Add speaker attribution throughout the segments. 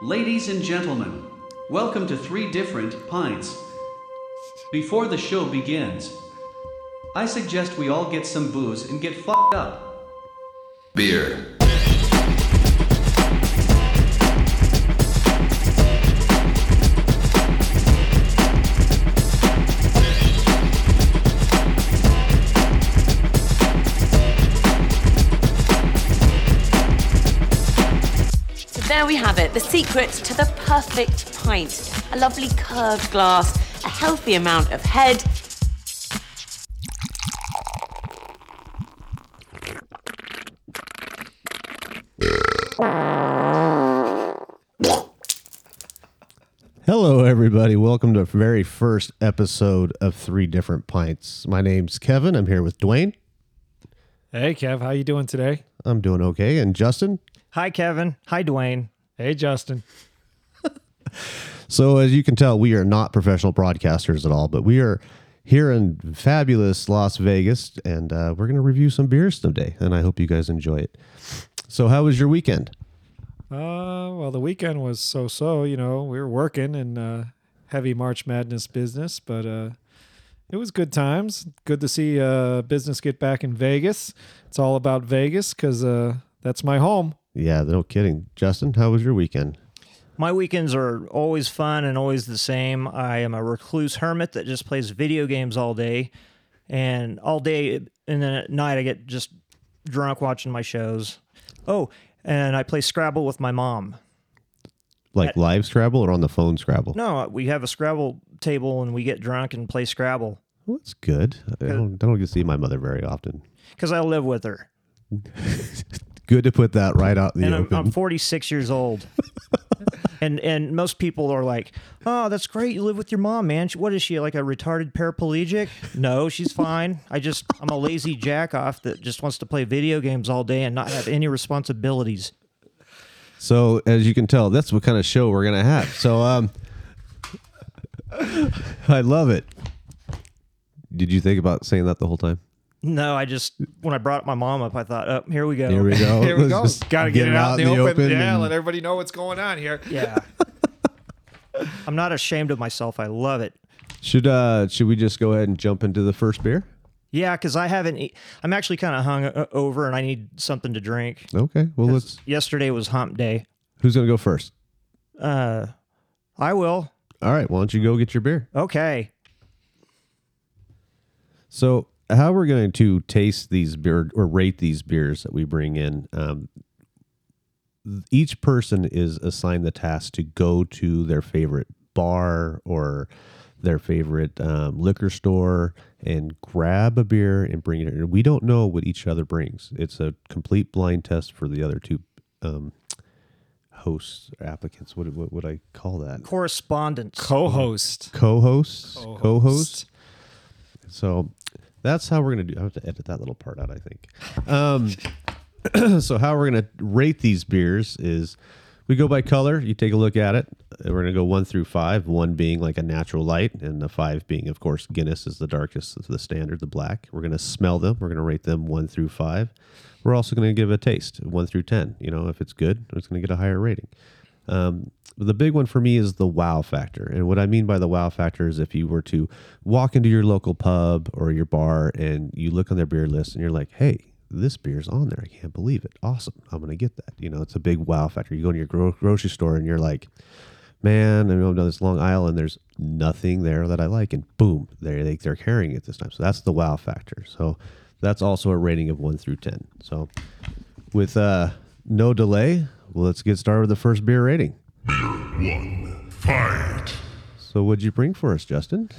Speaker 1: Ladies and gentlemen, welcome to Three Different Pints. Before the show begins, I suggest we all get some booze and get fucked up.
Speaker 2: Beer.
Speaker 3: So there we have it, the secret to the perfect pint. A lovely curved glass, a healthy amount of head.
Speaker 4: Hello, everybody. Welcome to the very first episode of Three Different Pints. My name's Kevin. I'm here with Dwayne.
Speaker 5: Hey Kev, how you doing today?
Speaker 4: I'm doing okay. And Justin.
Speaker 6: Hi, Kevin. Hi, Dwayne.
Speaker 5: Hey Justin.
Speaker 4: So, as you can tell, we are not professional broadcasters at all, but we are here in fabulous Las Vegas and uh, we're going to review some beers today. And I hope you guys enjoy it. So, how was your weekend?
Speaker 5: Uh, well, the weekend was so-so. You know, we were working in uh, heavy March Madness business, but uh, it was good times. Good to see uh, business get back in Vegas. It's all about Vegas because uh, that's my home.
Speaker 4: Yeah, no kidding. Justin, how was your weekend?
Speaker 6: My weekends are always fun and always the same. I am a recluse hermit that just plays video games all day and all day, and then at night I get just drunk watching my shows. Oh, and I play Scrabble with my mom.
Speaker 4: Like live Scrabble or on the phone Scrabble?
Speaker 6: No, we have a Scrabble table and we get drunk and play Scrabble
Speaker 4: Well, that's good. I don't, I don't get to see my mother very often.
Speaker 6: because I live with her.
Speaker 4: Good to put that right out in the
Speaker 6: and I'm,
Speaker 4: open.
Speaker 6: I'm 46 years old. and and most people are like, "Oh, that's great. You live with your mom, man. She- What is she like a retarded paraplegic?" No, she's fine. I just I'm a lazy jack off that just wants to play video games all day and not have any responsibilities.
Speaker 4: So as you can tell, that's what kind of show we're gonna have. So um, I love it. Did you think about saying that the whole time?
Speaker 6: No, I just when I brought my mom up, I thought, "Oh, here we go."
Speaker 4: Here we go.
Speaker 5: Here we
Speaker 4: Let's
Speaker 5: go.
Speaker 4: just
Speaker 5: Got to get, it out in the, open. Yeah,
Speaker 4: and-
Speaker 5: let everybody know what's going on here.
Speaker 6: Yeah. I'm not ashamed of myself. I love it.
Speaker 4: should uh should we just go ahead and jump into the first beer?
Speaker 6: Yeah, because I haven't. e- I'm actually kind of hung o- over, and I need something to drink.
Speaker 4: Okay. Well, let's.
Speaker 6: Yesterday was Hump Day.
Speaker 4: Who's gonna go first?
Speaker 6: Uh, I will.
Speaker 4: All right. Why don't you go get your beer?
Speaker 6: Okay.
Speaker 4: So how we're going to taste these beer or rate these beers that we bring in? Um, each person is assigned the task to go to their favorite bar or their favorite um, liquor store and grab a beer and bring it. in. We don't know what each other brings. It's a complete blind test for the other two um, hosts or applicants. What, what would I call that?
Speaker 6: Correspondence.
Speaker 5: Co-host.
Speaker 4: co-hosts, co-hosts. So that's how we're gonna do. I have to edit that little part out, I think. Um, so how we're gonna rate these beers is we go by color. You take a look at it. Uh, We're gonna go one through five. One being like a natural light, and the five being, of course, Guinness is the darkest, it's the standard, the black. We're gonna smell them. We're gonna rate them one through five. We're also gonna give a taste one through ten. You know, if it's good, it's gonna get a higher rating. Um, the big one for me is the wow factor. And what I mean by the wow factor is if you were to walk into your local pub or your bar and you look on their beer list and you're like, hey, this beer's on there. I can't believe it. Awesome. I'm going to get that. You know, it's a big wow factor. You go to your gro- grocery store and you're like, man, I know I've done this long aisle and there's nothing there that I like. And boom, they're, they, they're carrying it this time. So that's the wow factor. So that's also a rating of one through 10. So with uh, no delay, well, let's get started with the first beer rating.
Speaker 7: Fight!
Speaker 4: So what'd you bring for us, Justin?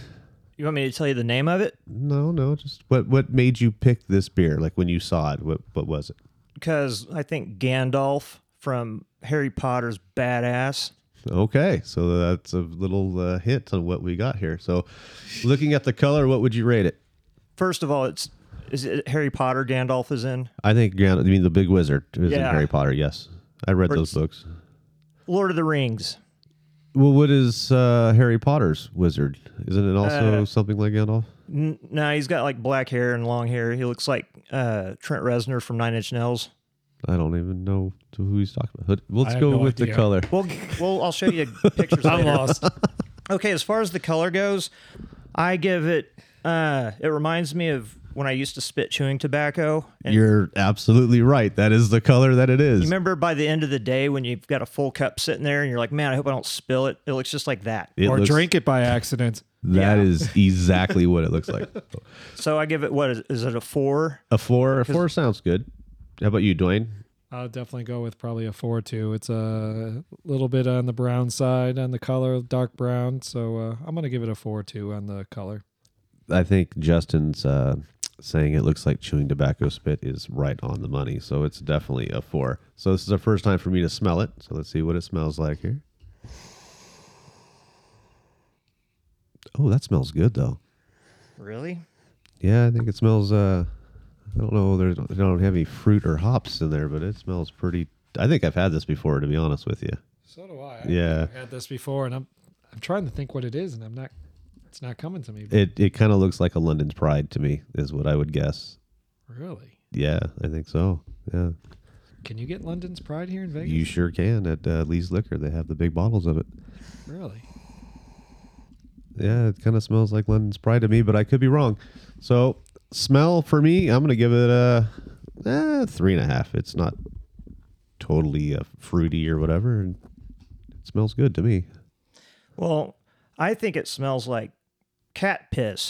Speaker 6: You want me to tell you the name of it?
Speaker 4: No, no, just what what made you pick this beer? Like when you saw it, what what was it?
Speaker 6: Because I think Gandalf from Harry Potter's badass.
Speaker 4: Okay, so that's a little uh, hint on what we got here. So, looking at the color, what would you rate it?
Speaker 6: First of all, it's is it Harry Potter Gandalf is in
Speaker 4: I think Gan- I mean the Big Wizard is in
Speaker 6: Yeah.
Speaker 4: Harry Potter. Yes, I read those books.
Speaker 6: Lord of the Rings.
Speaker 4: Well, what is uh, Harry Potter's wizard? Isn't it also something like Gandalf?
Speaker 6: N- no, he's got like black hair and long hair. He looks like uh, Trent Reznor from Nine Inch Nails.
Speaker 4: I don't even know to who he's talking about. Hood- Let's
Speaker 5: have
Speaker 4: go
Speaker 5: no
Speaker 4: with the
Speaker 5: idea.
Speaker 4: color.
Speaker 6: Well, g- well, I'll show you pictures.
Speaker 5: I'm
Speaker 6: later.
Speaker 5: lost.
Speaker 6: Okay, as far as the color goes, I give it. Uh, it reminds me of when I used to spit chewing tobacco. And
Speaker 4: You're absolutely right. That is the color that it is.
Speaker 6: remember, by the end of the day, when you've got a full cup sitting there, and you're like, "Man, I hope I don't spill it." It looks just like that.
Speaker 4: It
Speaker 5: or
Speaker 4: looks-
Speaker 5: drink it by accident.
Speaker 4: That
Speaker 6: Yeah.
Speaker 4: is exactly what it looks like.
Speaker 6: So I give it. What is, is it? A four?
Speaker 4: A four. A four sounds good. How about you, Dwayne?
Speaker 5: I'll definitely go with probably a four two. It's a little bit on the brown side on the color, dark brown. So uh, I'm gonna give it a four two on the color.
Speaker 4: I think Justin's uh, saying it looks like chewing tobacco spit is right on the money. So it's definitely a four. So this is the first time for me to smell it. So let's see what it smells like here. Oh, that smells good though.
Speaker 6: Really?
Speaker 4: Yeah, I think it smells. Uh, I don't know. There's, they don't have any fruit or hops in there, but it smells pretty. I think I've had this before, to be honest with you.
Speaker 5: So do I.
Speaker 4: Yeah.
Speaker 5: I've had this before, and I'm I'm trying to think what it is, and I'm not. It's not coming to me.
Speaker 4: It it kind of looks like a London's Pride to me, is what I would guess.
Speaker 5: really?
Speaker 4: Yeah, I think so. Yeah,
Speaker 5: Can you get London's Pride here in Vegas?
Speaker 4: you sure can at uh, Lee's Liquor. They have the big bottles of it.
Speaker 5: really?
Speaker 4: Yeah, it kind of smells like London's Pride to me, but I could be wrong. So smell for me, I'm gonna give it a eh, three and a half. It's not totally uh, fruity or whatever. and It smells good to me.
Speaker 6: Well, I think it smells like cat piss.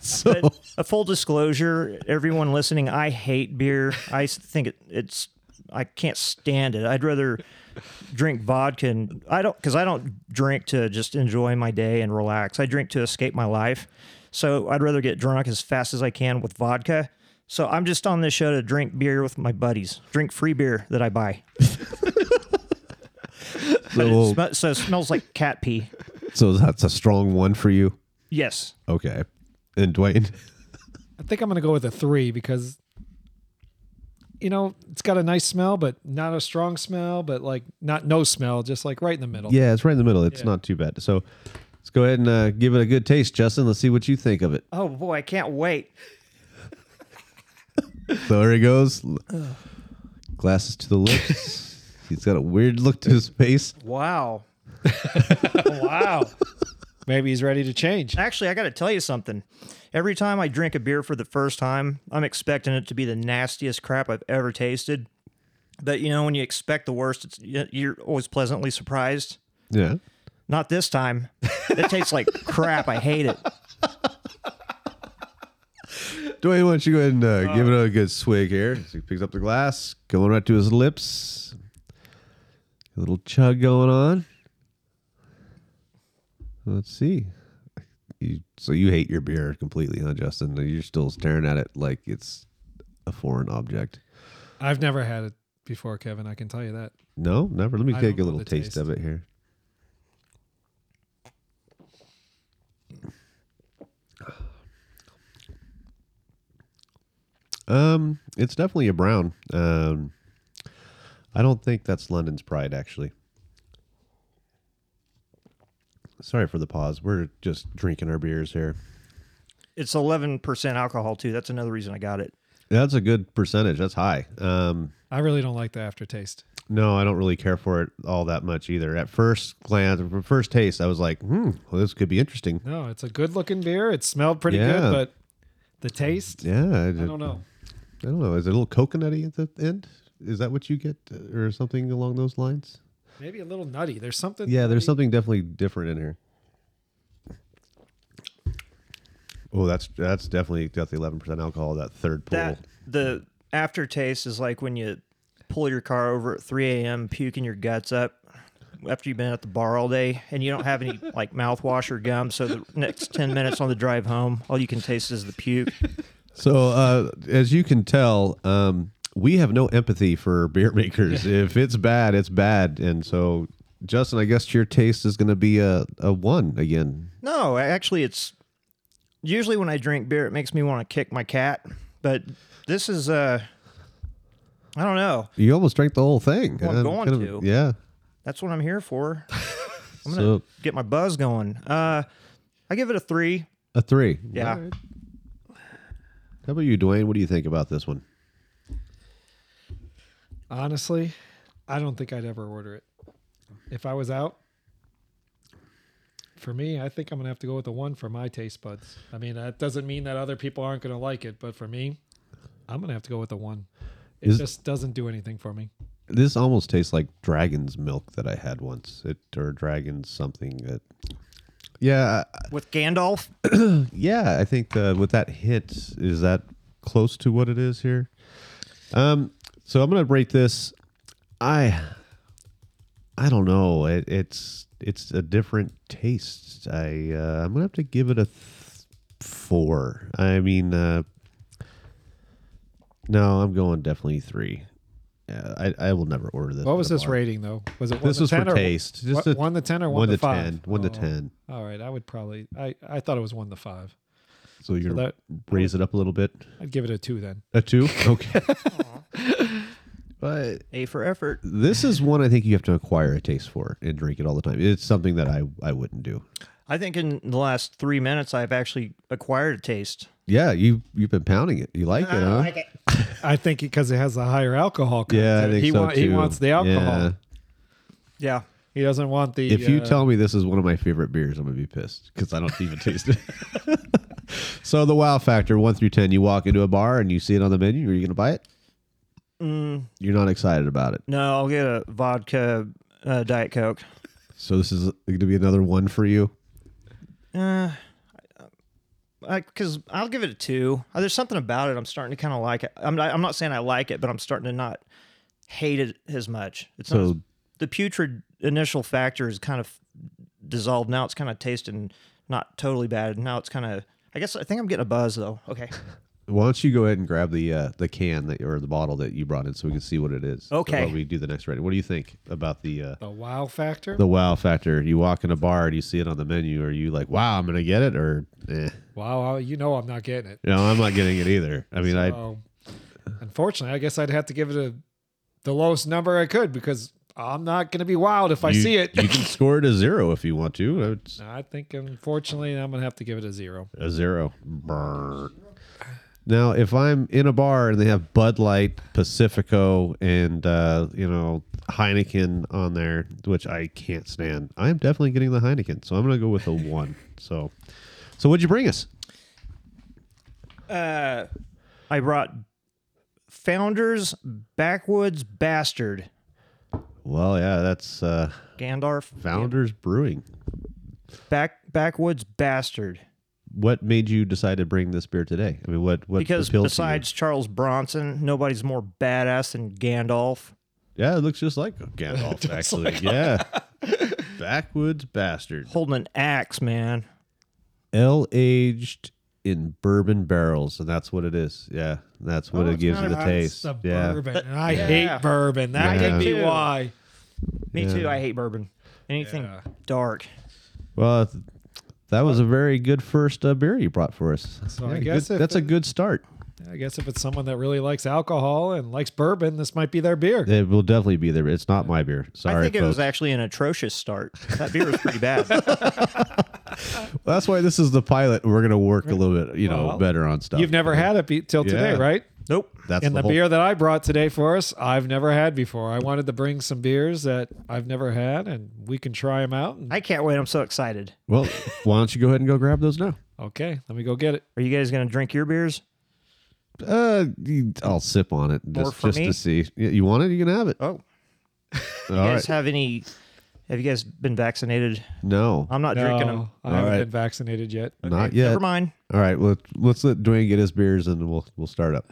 Speaker 4: So.
Speaker 6: But a full disclosure, everyone listening, I hate beer. I s- think it, it's I can't stand it. I'd rather drink vodka. And I don't because I don't drink to just enjoy my day and relax. I drink to escape my life. So I'd rather get drunk as fast as I can with vodka. So I'm just on this show to drink beer with my buddies. Drink free beer that I buy. But it
Speaker 4: So,
Speaker 6: sm- so it smells like cat pee.
Speaker 4: so that's a strong one for you.
Speaker 6: Yes.
Speaker 4: Okay. And Dwayne,
Speaker 5: I think I'm gonna go with a three because you know it's got a nice smell, but not a strong smell, but like not no smell, just like right in the middle.
Speaker 4: yeah, it's right in the middle. It's not too bad. So let's go ahead and uh, give it a good taste, Justin. Let's see what you think of it.
Speaker 6: Oh boy, I can't wait.
Speaker 4: So there he goes. Glasses to the lips. He's got a weird look to his face.
Speaker 6: Wow. wow.
Speaker 5: Maybe he's ready to change.
Speaker 6: Actually, I got to tell you something. Every time I drink a beer for the first time, I'm expecting it to be the nastiest crap I've ever tasted. But you know, when you expect the worst, it's, y- you're always pleasantly surprised.
Speaker 4: Yeah.
Speaker 6: Not this time. It tastes like crap. I hate it.
Speaker 4: Dwayne, why don't you go ahead and uh, give it a good swig here? So he picks up the glass, going right to his lips. A little chug going on. Let's see. You, so you hate your beer completely, huh, Justin? You're still staring at it like it's a foreign object.
Speaker 5: I've never had it before, Kevin. I can tell you that.
Speaker 4: No, never. Let me
Speaker 5: I
Speaker 4: take a
Speaker 5: don't know
Speaker 4: little
Speaker 5: the
Speaker 4: taste,
Speaker 5: taste.
Speaker 4: of it here. Um, it's definitely a brown. Um, I don't think that's London's Pride, actually. Sorry for the pause. We're just drinking our beers here.
Speaker 6: It's 11% alcohol, too. That's another reason I got it.
Speaker 4: That's a good percentage. That's high. Um,
Speaker 5: I really don't like the aftertaste.
Speaker 4: No, I don't really care for it all that much either. At first glance, or first taste, I was like, hmm, well, this could be interesting.
Speaker 5: No, it's a good looking beer. It smelled pretty
Speaker 4: Yeah.
Speaker 5: good, but the taste,
Speaker 4: Yeah. I,
Speaker 5: I don't know.
Speaker 4: I don't know. Is it a little coconutty at the end? Is that what you get uh, or something along those lines?
Speaker 5: Maybe a little nutty. There's something.
Speaker 4: Yeah, there's
Speaker 5: nutty.
Speaker 4: something definitely different in here. Oh, that's that's definitely got the 11% alcohol, that third pull.
Speaker 6: That The aftertaste is like when you pull your car over at 3 a.m., puking your guts up after you've been at the bar all day and you don't have any like mouthwash or gum. So the next 10 minutes on the drive home, all you can taste is the puke.
Speaker 4: So, uh, as you can tell, um, we have no empathy for beer makers. if it's bad, it's bad. And so, Justin, I guess your taste is going to be a, a one again.
Speaker 6: No, actually, it's usually when I drink beer, it makes me want to kick my cat. But this is, uh, I don't know.
Speaker 4: You almost drank the whole thing.
Speaker 6: Well, I'm
Speaker 4: Uh,
Speaker 6: going
Speaker 4: kind of-
Speaker 6: to.
Speaker 4: Yeah.
Speaker 6: That's what I'm here for. I'm gonna
Speaker 4: So,
Speaker 6: get my buzz going. Uh, I give it a three.
Speaker 4: a three.
Speaker 6: Yeah.
Speaker 4: All right. How about you, Dwayne? What do you think about this one?
Speaker 5: Honestly, I don't think I'd ever order it. If I was out, for me, I think I'm gonna have to go with the one for my taste buds. I mean, that doesn't mean that other people aren't gonna like it, but for me, I'm gonna have to go with the one. It
Speaker 4: Is-
Speaker 5: just doesn't do anything for me.
Speaker 4: This almost tastes like dragon's milk that I had once. It or dragon's something that. Yeah, I-
Speaker 6: With Gandalf,
Speaker 4: yeah. I think uh, with that hit, is that close to what it is here? Um. So I'm gonna rate this. I. I don't know. It, it's it's a different taste. I uh, I'm gonna have to give it a th- four. I mean, uh, no, I'm going definitely three. Yeah, I, I will never order this.
Speaker 5: What
Speaker 4: at
Speaker 5: was
Speaker 4: a
Speaker 5: this
Speaker 4: bar.
Speaker 5: rating though? Was it one
Speaker 4: This
Speaker 5: to
Speaker 4: was
Speaker 5: 10
Speaker 4: for
Speaker 5: or-
Speaker 4: taste. Just
Speaker 5: what-
Speaker 4: a-
Speaker 5: one to ten or one, to five? Oh.
Speaker 4: 10, one to 10.
Speaker 5: All right, I would probably. I I thought it was one to five.
Speaker 4: So you're gonna
Speaker 5: that-
Speaker 4: raise it up a little bit.
Speaker 5: I'd give it a two then.
Speaker 4: A two? Okay. but
Speaker 6: A for effort.
Speaker 4: this is one I think you have to acquire a taste for and drink it all the time. It's something that I, I wouldn't do.
Speaker 6: I think in the last three minutes, I've actually acquired a taste.
Speaker 4: Yeah, you you've been pounding it. You like it, huh?
Speaker 5: I think because it has a higher alcohol content.
Speaker 4: Yeah, I think
Speaker 5: he
Speaker 4: so
Speaker 5: wa- He
Speaker 4: too.
Speaker 5: wants the alcohol.
Speaker 4: Yeah.
Speaker 6: Yeah.
Speaker 5: He doesn't want the.
Speaker 4: If you
Speaker 5: uh,
Speaker 4: tell me this is one of my favorite beers, I'm gonna be pissed because I don't even taste it. so the wow factor one through ten. You walk into a bar and you see it on the menu. Are you gonna buy it?
Speaker 5: Mm.
Speaker 4: You're not excited about it.
Speaker 6: No, I'll get a vodka uh, Diet Coke.
Speaker 4: So this is gonna be another one for you.
Speaker 6: Because I'll give it a two. Uh, There's something about it. I'm starting to kind of like it. I'm not, I'm not saying I like it, but I'm starting to not hate it as much. It's not
Speaker 4: So-
Speaker 6: as- the putrid initial factor is kind of dissolved. Now it's kind of tasting not totally bad. Now it's kind of, I guess, I think I'm getting a buzz though. Okay.
Speaker 4: Why don't you go ahead and grab the uh, the can that or the bottle that you brought in so we can see what it is.
Speaker 6: Okay.
Speaker 4: While we do the next rating. What do you think about the uh,
Speaker 5: the wow factor.
Speaker 4: the wow factor? You walk in a bar and you see it on the menu. Are you like, wow, I'm gonna get it, or eh,
Speaker 5: wow, I- you know I'm not getting it.
Speaker 4: no, I'm not getting it either. I mean, I
Speaker 5: So, unfortunately, I guess I'd have to give it a the lowest number I could because I'm not going to be wild if I
Speaker 4: you-
Speaker 5: see it.
Speaker 4: you can score it a zero if you want to. It's
Speaker 5: I think unfortunately I'm going to have to give it a zero.
Speaker 4: a zero. Brrr. Now, if I'm in a bar and they have Bud Light, Pacifico, and uh, you know Heineken on there, which I can't stand, I'm definitely getting the Heineken. So I'm gonna go with a one. So, so what'd you bring us?
Speaker 6: I brought Founders Backwoods Bastard
Speaker 4: Well, yeah, that's uh,
Speaker 6: Gandalf
Speaker 4: Founders Brewing.
Speaker 6: Back Backwoods Bastard
Speaker 4: What made you decide to bring this beer today? I mean, what what
Speaker 6: because
Speaker 4: appealed to you?
Speaker 6: besides Charles Bronson, nobody's more badass than Gandalf.
Speaker 4: yeah, it looks just like Gandalf actually. yeah, backwoods bastard.
Speaker 6: Holding an axe, man.
Speaker 4: L aged in bourbon barrels, and that's what it is. Yeah, that's
Speaker 5: Oh,
Speaker 4: what it gives you the
Speaker 5: That's
Speaker 4: taste.
Speaker 5: the
Speaker 4: yeah,
Speaker 5: bourbon, and I hate bourbon. That
Speaker 4: Yeah.
Speaker 5: could be
Speaker 6: Yeah.
Speaker 5: why.
Speaker 6: Me too. I hate bourbon. Anything dark.
Speaker 4: well, th- that was a very good first uh, beer you brought for us.
Speaker 5: So
Speaker 4: Yeah,
Speaker 5: I guess
Speaker 4: good-
Speaker 5: if
Speaker 4: that's a
Speaker 5: it-
Speaker 4: good start.
Speaker 5: I guess if it's someone that really likes alcohol and likes bourbon, this might be their beer.
Speaker 4: It will definitely be there. It's not my beer. Sorry,
Speaker 6: I think it
Speaker 4: folks.
Speaker 6: was actually an atrocious start. That beer was pretty bad.
Speaker 4: that's why this is the pilot. We're gonna work a little bit, you know,
Speaker 5: Well,
Speaker 4: better on stuff.
Speaker 5: You've never had it be- till today,
Speaker 4: Yeah.
Speaker 5: right?
Speaker 6: nope.
Speaker 4: that's
Speaker 5: and the,
Speaker 4: whole-
Speaker 5: beer that I brought today for us, I've never had before. I wanted to bring some beers that I've never had, and we can try them out. And-
Speaker 6: I can't wait. I'm so excited.
Speaker 4: Well, why don't you go ahead and go grab those now?
Speaker 5: okay, let me go get it.
Speaker 6: Are you guys gonna drink your beers?
Speaker 4: Uh, you- I'll sip on it
Speaker 6: More
Speaker 4: just,
Speaker 6: for
Speaker 4: just
Speaker 6: me?
Speaker 4: to see. Y- You want it? You can have it.
Speaker 6: Oh.
Speaker 4: All
Speaker 6: You
Speaker 4: right.
Speaker 6: guys have any? Have you guys been vaccinated?
Speaker 4: no,
Speaker 6: I'm not drinking them.
Speaker 5: No, I haven't
Speaker 4: right.
Speaker 5: been vaccinated yet.
Speaker 4: not yet.
Speaker 6: Never mind.
Speaker 4: All right, well, let's let Dwayne get his beers and we'll we'll start up.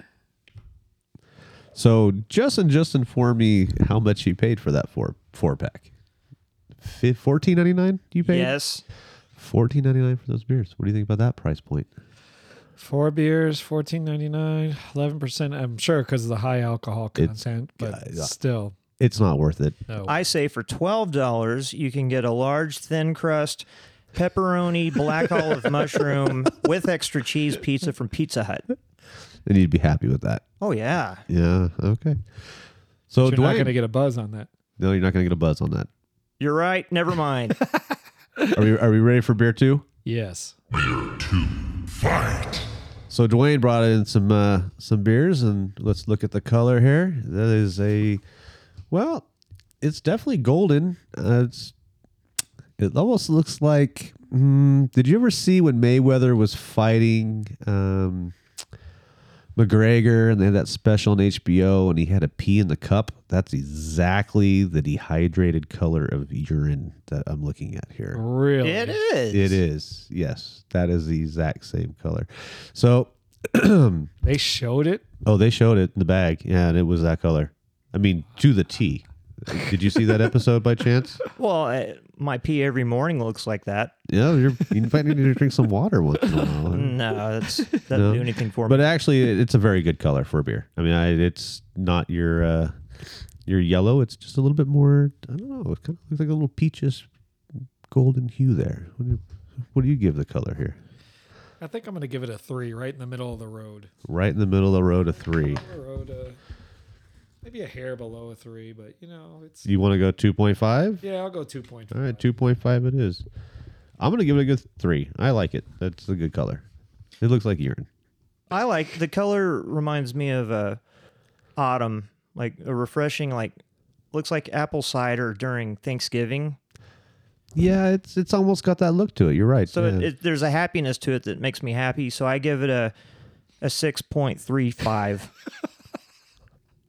Speaker 4: So Justin just informed me how much he paid for that four four pack. Fourteen ninety nine. You paid
Speaker 6: Yes.
Speaker 4: fourteen ninety nine for those beers. What do you think about that price point?
Speaker 5: Four beers, fourteen ninety nine, eleven percent. I'm sure because of the high alcohol
Speaker 4: It's-
Speaker 5: content, but
Speaker 4: yeah.
Speaker 5: still,
Speaker 4: It's not worth it.
Speaker 5: no.
Speaker 6: I say for twelve dollars, you can get a large thin crust pepperoni black olive mushroom with extra cheese pizza from Pizza Hut.
Speaker 4: And you'd be happy with that.
Speaker 6: Oh yeah,
Speaker 4: Yeah. Okay. So
Speaker 5: You're not
Speaker 4: Dwayne,
Speaker 5: going to get a buzz on that.
Speaker 4: no, you're not gonna get a buzz on that.
Speaker 6: you're right. Never mind.
Speaker 4: Are we are we ready for beer two?
Speaker 5: Yes.
Speaker 4: So Dwayne brought in some uh, some beers, and let's look at the color here. That is a well, it's definitely golden. Uh, it's it almost looks like. Mm, did you ever see when Mayweather was fighting um, McGregor, and they had that special on HBO, and he had a pee in the cup? That's exactly the dehydrated color of urine that I'm looking at here.
Speaker 5: Really?
Speaker 6: It is.
Speaker 4: It is. Yes, that is the exact same color. So, oh,
Speaker 5: They showed it?
Speaker 4: they showed it in the bag. Yeah, and it was that color. I mean, to the T. Did you see that episode by chance?
Speaker 6: Well, uh, my pee every morning looks like that.
Speaker 4: Yeah, you're, you might need to drink some water once in a while.
Speaker 6: No, that's doesn't
Speaker 4: No.
Speaker 6: do anything for me.
Speaker 4: But actually, it- it's a very good color for a beer. I mean, I, it's not your uh, your yellow. It's just a little bit more. I don't know. It kind of looks like a little peachish golden hue there. What do you, what do you give the color here?
Speaker 5: I think I'm going to give it a three right in the middle of the road.
Speaker 4: Right in the middle of the road, a three.
Speaker 5: The road, uh, maybe a hair below a three, but you know, it's.
Speaker 4: You want to go two point five?
Speaker 5: Yeah, I'll go 2.5.
Speaker 4: All right, two point five it is. I'm gonna give it a good three. I like it. That's a good color. It looks like urine.
Speaker 6: I like the color reminds me of uh, autumn, like a refreshing, like looks like apple cider during Thanksgiving.
Speaker 4: Yeah, it's it's almost got that look to it. You're right.
Speaker 6: So it,
Speaker 4: yeah.
Speaker 6: it, there's a happiness to it that makes me happy. So I give it a a six point three five.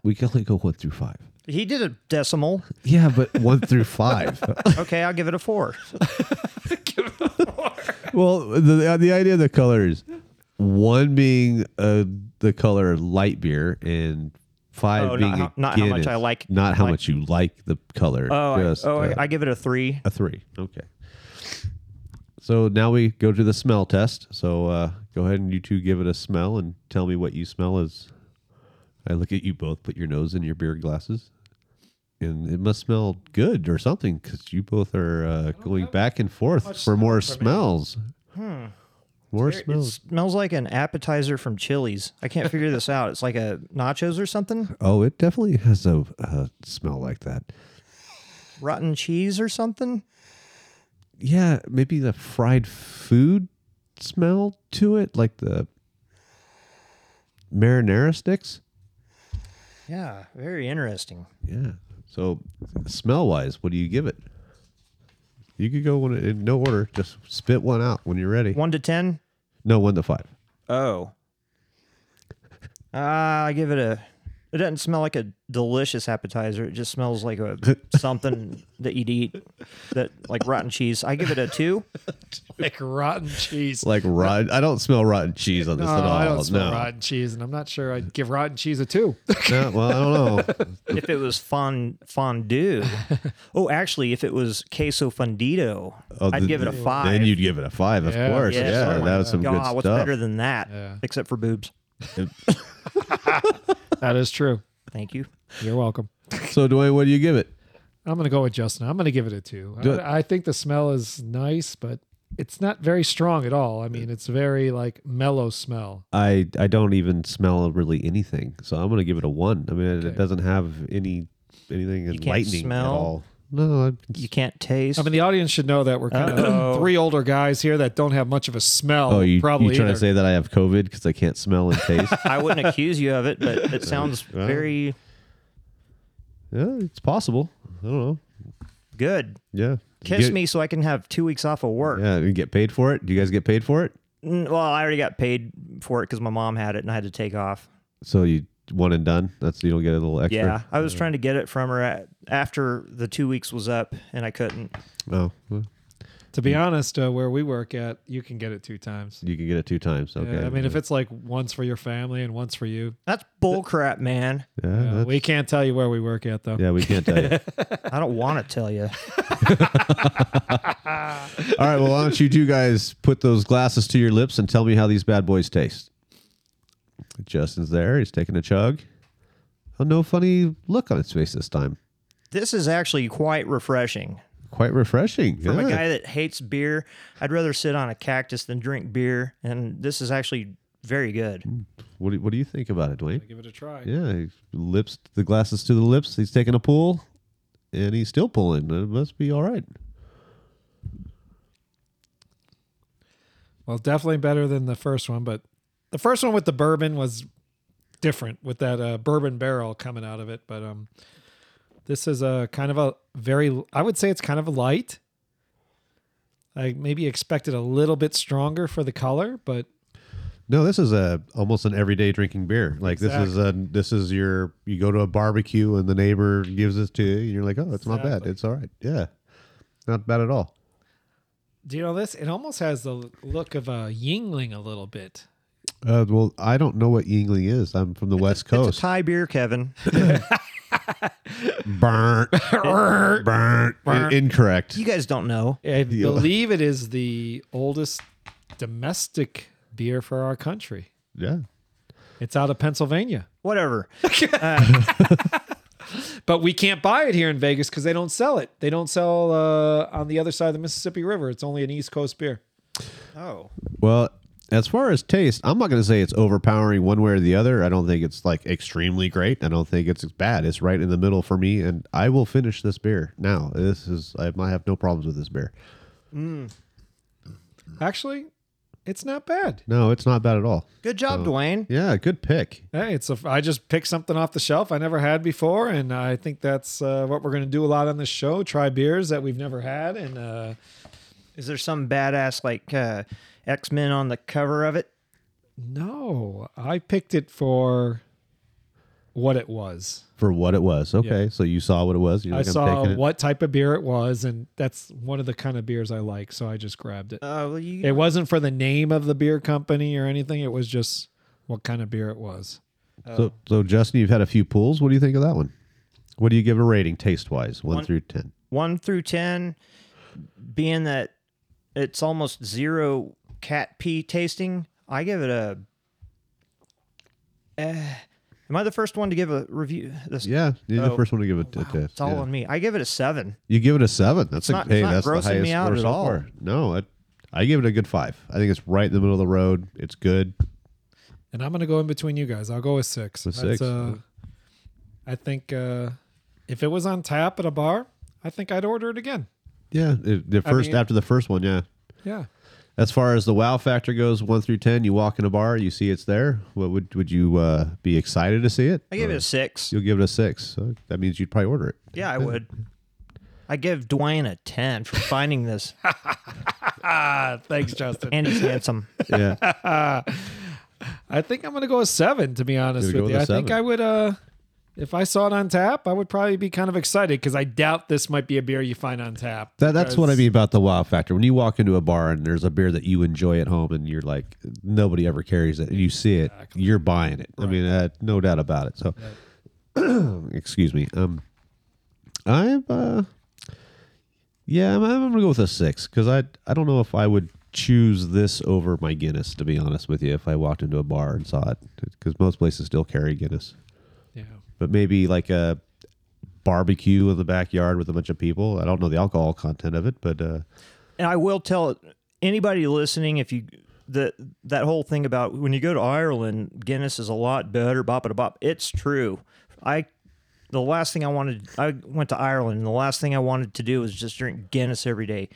Speaker 4: we can only go one through five.
Speaker 6: he did a decimal.
Speaker 4: Yeah, but one through five.
Speaker 6: Okay, I'll give it a four.
Speaker 4: well, the the idea of the colors, one being uh, the color light beer and five
Speaker 6: Oh, not
Speaker 4: being a
Speaker 6: how- not how much
Speaker 4: Guinness.
Speaker 6: I like-
Speaker 4: not how
Speaker 6: like-
Speaker 4: much you like the color.
Speaker 6: Oh, I,
Speaker 4: Just,
Speaker 6: oh, I-
Speaker 4: uh,
Speaker 6: I give it a three.
Speaker 4: A three. Okay. So now we go to the smell test. So uh, go ahead and you two give it a smell and tell me what you smell as I look at you both, put your nose in your beer glasses. And it must smell good or something because you both are uh, going back and forth for more smells. More
Speaker 6: It
Speaker 4: smells.
Speaker 6: smells like an appetizer from Chili's. I can't figure this out. It's like a nachos or something,
Speaker 4: Oh, it definitely has a uh, smell like that.
Speaker 6: rotten cheese or something.
Speaker 4: yeah, maybe the fried food smell to it, like the marinara sticks.
Speaker 6: Yeah, very interesting.
Speaker 4: Yeah. So, smell wise, what do you give it? You could go one in no order. Just spit one out when you're ready.
Speaker 6: One to ten.
Speaker 4: No, one to five.
Speaker 6: Oh. Uh, I give it a. It doesn't smell like a delicious appetizer. It just smells like a something that you'd eat, that like rotten cheese. I give it a two.
Speaker 5: Like rotten cheese.
Speaker 4: Like rotten. I don't smell rotten cheese on this
Speaker 5: no,
Speaker 4: at all.
Speaker 5: I don't smell
Speaker 4: no.
Speaker 5: rotten cheese, and I'm not sure I'd give rotten cheese a two.
Speaker 4: No, Well, I don't know.
Speaker 6: If it was fond fondue, oh, actually, if it was queso fundido,
Speaker 4: Oh,
Speaker 6: I'd
Speaker 4: the-
Speaker 6: give it a five.
Speaker 4: Then you'd give it a five, of
Speaker 5: Yeah,
Speaker 4: course.
Speaker 5: yeah,
Speaker 4: Yeah,
Speaker 6: something
Speaker 4: that
Speaker 6: like
Speaker 4: was some
Speaker 6: God,
Speaker 4: good
Speaker 6: what's
Speaker 4: stuff.
Speaker 6: better than that?
Speaker 5: Yeah.
Speaker 6: Except for boobs.
Speaker 5: that is true.
Speaker 6: Thank you.
Speaker 5: You're welcome.
Speaker 4: so, Dwayne, what do you give it?
Speaker 5: I'm gonna go with Justin. I'm gonna give it a two.
Speaker 4: Do it.
Speaker 5: I, I think the smell is nice, but it's not very strong at all. I mean, it's very like mellow smell.
Speaker 4: I I don't even smell really anything, so I'm gonna give it a one. I mean, it- it
Speaker 5: Okay.
Speaker 4: doesn't have any anything
Speaker 6: can't
Speaker 4: enlightening at
Speaker 6: smell?
Speaker 4: all. No, I,
Speaker 6: You can't taste.
Speaker 5: I mean, the audience should know that we're kind
Speaker 6: Uh-oh.
Speaker 5: of three older guys here that don't have much of a smell.
Speaker 4: oh, you
Speaker 5: probably
Speaker 4: you trying
Speaker 5: either.
Speaker 4: to say that I have COVID because I can't smell and taste?
Speaker 6: I wouldn't accuse you of it, but it sounds very
Speaker 4: yeah, it's possible. I don't know.
Speaker 6: good.
Speaker 4: Yeah,
Speaker 6: Kiss
Speaker 4: Get-
Speaker 6: me so I can have two weeks off of work.
Speaker 4: Yeah, you get paid for it. Do you guys get paid for it?
Speaker 6: Mm, Well, I already got paid for it because my mom had it and I had to take off.
Speaker 4: So you one and done. That's you don't get a little extra.
Speaker 6: Yeah, I was trying to get it from her at, after the two weeks was up and I couldn't.
Speaker 4: Oh, well,
Speaker 5: to be honest, uh, where we work at, you can get it two times.
Speaker 4: you can get it two times. Okay.
Speaker 5: Yeah, I mean, if it's like once for your family and once for you,
Speaker 6: That's bull crap, man.
Speaker 4: yeah,
Speaker 5: uh,
Speaker 4: that's-
Speaker 5: we can't tell you where we work at though.
Speaker 4: yeah, we can't tell you.
Speaker 6: I don't want to tell you.
Speaker 4: All right. Well, why don't you two guys put those glasses to your lips and tell me how these bad boys taste? Justin's there. He's taking a chug. Oh, no funny look on his face this time.
Speaker 6: This is actually quite refreshing.
Speaker 4: Quite refreshing.
Speaker 6: From a
Speaker 4: Yeah.
Speaker 6: guy that hates beer, I'd rather sit on a cactus than drink beer. And this is actually very good.
Speaker 4: what, do, what do you think about it, Dwayne?
Speaker 5: Give it a try.
Speaker 4: Yeah, he lips the glasses to the lips. He's taking a pull, and he's still pulling. It must be all right.
Speaker 5: Well, definitely better than the first one, but the first one with the bourbon was different with that uh, bourbon barrel coming out of it, but um, this is a kind of a very I would say it's kind of a light. I maybe expected a little bit stronger for the color, but
Speaker 4: No, this is a almost an everyday drinking beer. Like this is a this is your you go to a barbecue and the neighbor gives this to you and you're like, oh, it's not bad.
Speaker 5: Exactly.
Speaker 4: It's all right. Yeah, not bad at all.
Speaker 5: do you know this? It almost has the look of a Yingling a little bit.
Speaker 4: Uh, well, I don't know what Yingling is. I'm from the West
Speaker 6: It's a
Speaker 4: Coast.
Speaker 6: Thai beer, Kevin.
Speaker 4: Burnt, burnt, In- incorrect.
Speaker 6: You guys don't know.
Speaker 5: I believe it is the oldest domestic beer for our country.
Speaker 4: Yeah,
Speaker 5: It's out of Pennsylvania,
Speaker 6: Whatever.
Speaker 5: but we can't buy it here in Vegas because they don't sell it. They don't sell uh, on the other side of the Mississippi River. It's only an East Coast beer.
Speaker 6: Oh.
Speaker 4: Well, as far as taste, I'm not going to say it's overpowering one way or the other. I don't think it's like extremely great. I don't think it's bad. It's right in the middle for me, and I will finish this beer now. This is I might have no problems with this beer.
Speaker 5: Actually, it's not bad.
Speaker 4: No, it's not bad at all.
Speaker 6: Good job, Dwayne.
Speaker 4: Yeah, good pick.
Speaker 5: Hey, it's a, I just picked something off the shelf I never had before, and I think that's uh, what we're going to do a lot on this show: try beers that we've never had, and uh,
Speaker 6: Is there some badass like uh, X Men on the cover of it?
Speaker 5: No, I picked it for what it was.
Speaker 4: For what it was. Okay, so you saw what it was. You're
Speaker 5: I
Speaker 4: like, I'm
Speaker 5: saw
Speaker 4: taking it.
Speaker 5: what type of beer it was, and that's one of the kind of beers I like, so I just grabbed it.
Speaker 6: Uh, well, you,
Speaker 5: it wasn't for the name of the beer company or anything, it was just what kind of beer it was.
Speaker 4: So, so Justin, you've had a few pulls. What do you think of that one? What do you give a rating taste wise, one, through ten?
Speaker 6: one through ten, being that it's almost zero cat pee tasting, I give it a. eh, am I the first one to give a review? This
Speaker 4: Yeah, you're the
Speaker 6: Oh.
Speaker 4: first one to give it. a a-
Speaker 6: it's all
Speaker 4: yeah.
Speaker 6: on me. I give it a seven.
Speaker 4: You give it a seven. That's a,
Speaker 6: not- it's
Speaker 4: hey,
Speaker 6: not
Speaker 4: that's the
Speaker 6: grossing
Speaker 4: highest
Speaker 6: me out
Speaker 4: score
Speaker 6: at
Speaker 4: so
Speaker 6: all.
Speaker 4: far. No, I, I give it a good five. I think it's right in the middle of the road. It's good.
Speaker 5: And I'm going to go in between you guys. I'll go with six.
Speaker 4: With six.
Speaker 5: Uh, I think uh, if it was on tap at a bar, I think I'd order it again.
Speaker 4: Yeah, it- the first
Speaker 5: mean-
Speaker 4: after the first one, yeah.
Speaker 5: Yeah.
Speaker 4: As far as the wow factor goes, one through ten, you walk in a bar, you see it's there. What would would you uh, be excited to see it?
Speaker 6: I give
Speaker 4: Or
Speaker 6: it a six.
Speaker 4: You'll give it a six. So that means you'd probably order it.
Speaker 6: Yeah, I would. I give Dwayne a ten for finding this,
Speaker 5: Thanks, Justin.
Speaker 6: and he's handsome.
Speaker 4: Yeah,
Speaker 5: I think I'm gonna go with seven. To be honest
Speaker 4: You're
Speaker 5: with
Speaker 4: gonna
Speaker 5: you,
Speaker 4: go
Speaker 5: I
Speaker 4: with a seven.
Speaker 5: think I would. uh If I saw it on tap, I would probably be kind of excited because I doubt this might be a beer you find on tap.
Speaker 4: that, that's what I
Speaker 5: because-
Speaker 4: mean about the wow factor. When you walk into a bar and there's a beer that you enjoy at home, and you're like, nobody ever carries it, and you see it, you're buying it. I mean, uh, no doubt about it. So, excuse me. Um, I'm uh, yeah, I'm, I'm gonna go with a six because I I don't know if I would choose this over my Guinness to be honest with you if I walked into a bar and saw it because most places still carry Guinness,
Speaker 5: Yeah.
Speaker 4: but maybe like a barbecue in the backyard with a bunch of people. I don't know the alcohol content of it, but uh,
Speaker 6: and I will tell anybody listening if you the that whole thing about when you go to Ireland, Guinness is a lot better. Bop it a bop. It's true. I the last thing I wanted I went to Ireland and the last thing I wanted to do was just drink Guinness every day.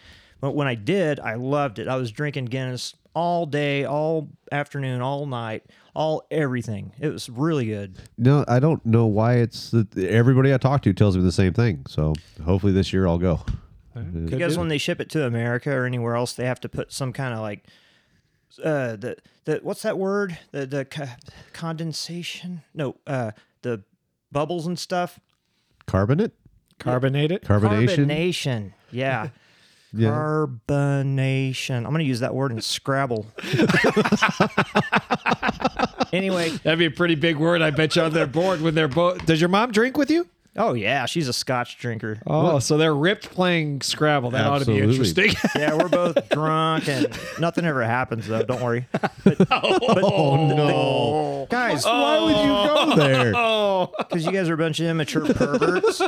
Speaker 6: But when I did, I loved it. I was drinking Guinness all day, all afternoon, all night, all everything. It was really good.
Speaker 4: no, I don't know why it's that everybody I talk to tells me the same thing. So hopefully this year I'll go.
Speaker 6: You guys, when they ship it to America or anywhere else, they have to put some kind of like, uh, the the what's that word? The the co- condensation? No, uh, the bubbles and stuff.
Speaker 4: Carbonate,
Speaker 5: Carbonate it.
Speaker 4: carbonation.
Speaker 6: Carbonation. Yeah.
Speaker 4: Yeah.
Speaker 6: Carbonation. I'm gonna use that word in Scrabble. anyway,
Speaker 5: That'd be a pretty big word. I bet you on their board when they're both. Does your mom drink with you?
Speaker 6: oh yeah, she's a Scotch drinker.
Speaker 5: Oh, so they're ripped playing Scrabble. That ought to be
Speaker 4: Absolutely.
Speaker 5: interesting.
Speaker 6: Yeah, we're both drunk and nothing ever happens though. Don't worry. But, oh no, guys,
Speaker 4: Why would you go there?
Speaker 6: because you guys are a bunch of immature perverts.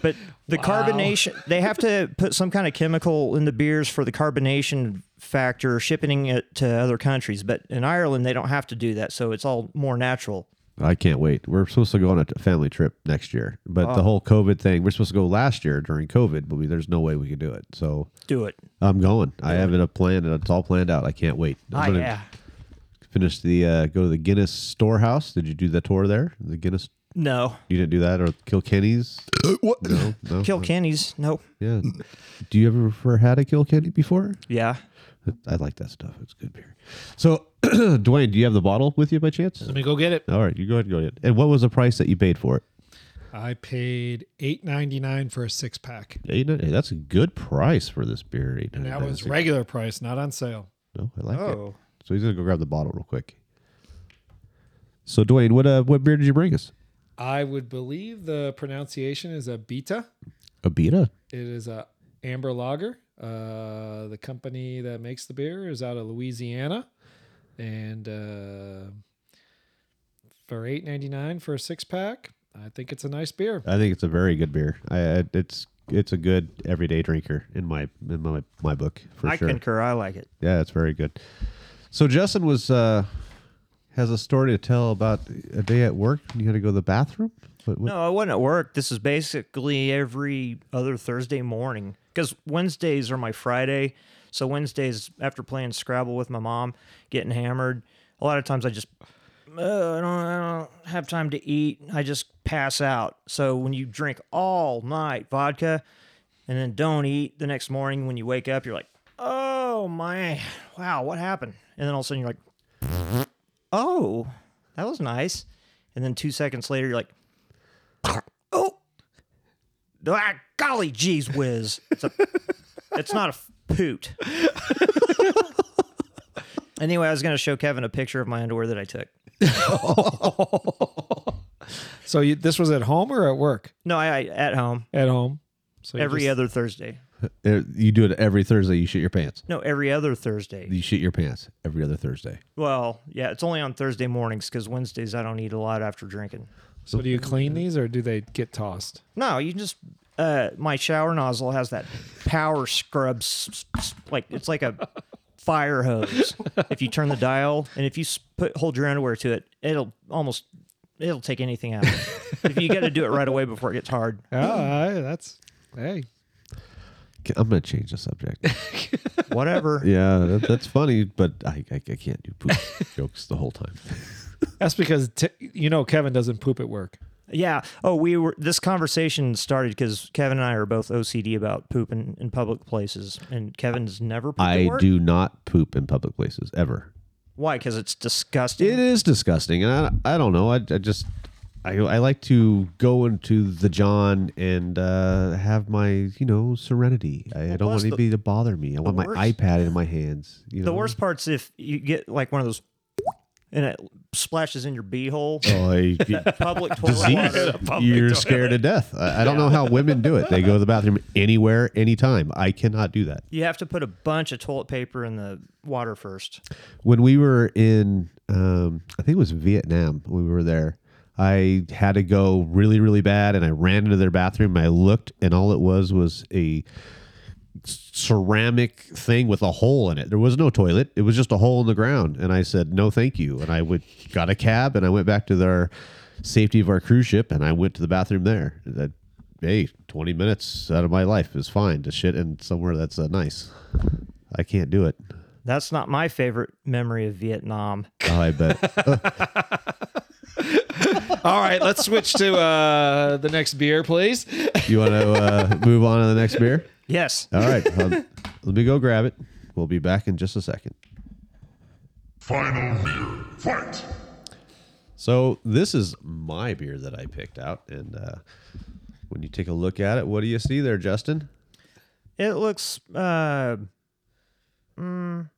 Speaker 6: But the carbonation, they have to put some kind of chemical in the beers for the carbonation factor, shipping it to other countries. But in Ireland, they don't have to do that. So it's all more natural.
Speaker 4: I can't wait. We're supposed to go on a t- family trip next year, but the whole COVID thing, we're supposed to go last year during COVID, but we, there's no way we could do it. So
Speaker 6: Do it.
Speaker 4: I'm going. I have it a plan and it's all planned out. I can't wait. I'm
Speaker 6: Ah,
Speaker 4: gonna
Speaker 6: yeah.
Speaker 4: finish the uh, go to the Guinness storehouse. Did you do the tour there? The Guinness.
Speaker 6: No.
Speaker 4: You didn't do that or Kilkenny's?
Speaker 2: What?
Speaker 4: No, no.
Speaker 6: Kilkenny's. Nope.
Speaker 4: Yeah. Do you ever had a Kilkenny before?
Speaker 6: Yeah.
Speaker 4: I like that stuff. It's good beer. So, Dwayne, do you have the bottle with you by chance?
Speaker 5: Let me go get it.
Speaker 4: All right, you go ahead and go ahead. And what was the price that you paid for it?
Speaker 5: I paid eight ninety nine for a six pack,
Speaker 4: Eight nine- hey, that's a good price for this beer. Eight
Speaker 5: and that
Speaker 4: ninety nine.
Speaker 5: was regular price, not on sale.
Speaker 4: No, I like
Speaker 6: Oh.
Speaker 4: it. So he's gonna go grab the bottle real quick. So Dwayne, what uh, what beer did you bring us?
Speaker 5: I would believe the pronunciation is a beta.
Speaker 4: A Beta.
Speaker 5: It is a amber lager. Uh, the company that makes the beer is out of Louisiana, and uh, for eight ninety nine for a six pack, I think it's a nice beer.
Speaker 4: I think it's a very good beer. I, I it's it's a good everyday drinker in my in my my book for
Speaker 6: I
Speaker 4: sure.
Speaker 6: concur. I like it.
Speaker 4: Yeah, it's very good. So Justin was uh, has a story to tell about a day at work when you had to go to the bathroom. What, what,
Speaker 6: No, I wasn't at work. This is basically every other Thursday morning because Wednesdays are my Friday. So Wednesdays, after playing Scrabble with my mom, getting hammered, a lot of times I just uh, I don't I don't have time to eat. I just pass out. So when you drink all night vodka and then don't eat the next morning when you wake up, you're like, oh my, wow, what happened? And then all of a sudden you're like, oh, that was nice. And then two seconds later, you're like, oh, ah, golly geez whiz. It's, a, it's not a f- poot. anyway, I was going to show Kevin a picture of my underwear that I took.
Speaker 5: So you, this was at home or at work?
Speaker 6: No, I, I at home
Speaker 5: At home. So you
Speaker 6: every
Speaker 5: just-
Speaker 6: other Thursday.
Speaker 4: Uh, You do it every Thursday. You shit your pants.
Speaker 6: No, every other
Speaker 4: You
Speaker 6: Thursday.
Speaker 4: shit your pants every other Thursday.
Speaker 6: Well, yeah, it's only on Thursday mornings because Wednesdays I don't eat a lot after drinking.
Speaker 5: So do you clean these or do they get tossed?
Speaker 6: No, you can just. Uh, my shower nozzle has that power scrub, s- s- like it's like a fire hose. If you turn the dial and if you s- put hold your underwear to it, it'll almost it'll take anything out. if you got to do it right away before it gets hard.
Speaker 5: Ah, that's hey.
Speaker 4: K- I'm gonna change the subject.
Speaker 6: Whatever.
Speaker 4: yeah, that, that's funny, but I, I I can't do poop jokes the whole time.
Speaker 5: That's because t- you know Kevin doesn't poop at work.
Speaker 6: Yeah. Oh, we were. This conversation started because Kevin and I are both OCD about pooping in public places, and Kevin's never pooped at
Speaker 4: I
Speaker 6: work.
Speaker 4: do not poop in public places ever.
Speaker 6: Why? Because it's disgusting.
Speaker 4: It is disgusting, and I, I don't know. I, I just I, I like to go into the John and uh, have my you know serenity. I, I don't
Speaker 6: plus
Speaker 4: want
Speaker 6: the-
Speaker 4: anybody to bother me. I want my
Speaker 6: worst-
Speaker 4: iPad in my hands. You
Speaker 6: The
Speaker 4: know?
Speaker 6: worst part's if you get like one of those and it splashes in your beehole.
Speaker 4: Oh, I-
Speaker 6: Public toilet
Speaker 4: disease.
Speaker 6: water.
Speaker 4: You're scared to death. I, I don't know how women do it. They go to the bathroom anywhere, anytime. I cannot do that.
Speaker 6: You have to put a bunch of toilet paper in the water first.
Speaker 4: when we were in um, i think it was vietnam when we were there i had to go really really bad and i ran into their bathroom and i looked and all it was was a ceramic thing with a hole in it there was no toilet it was just a hole in the ground and i said no thank you and i would got a cab and i went back to their safety of our cruise ship and i went to the bathroom there that hey 20 minutes out of my life is fine to shit in somewhere that's uh, nice i can't do it
Speaker 6: That's not my favorite memory of Vietnam.
Speaker 4: oh, i bet
Speaker 5: All right, let's switch to uh, the next beer, please.
Speaker 4: You want to uh, move on to the next beer?
Speaker 6: Yes.
Speaker 4: All right. um, let me go grab it. We'll be back in just a second.
Speaker 2: Final beer. Fight.
Speaker 4: So, this is my beer that I picked out. And uh, when you take a look at it, what do you see there, Justin?
Speaker 6: It looks uh mm,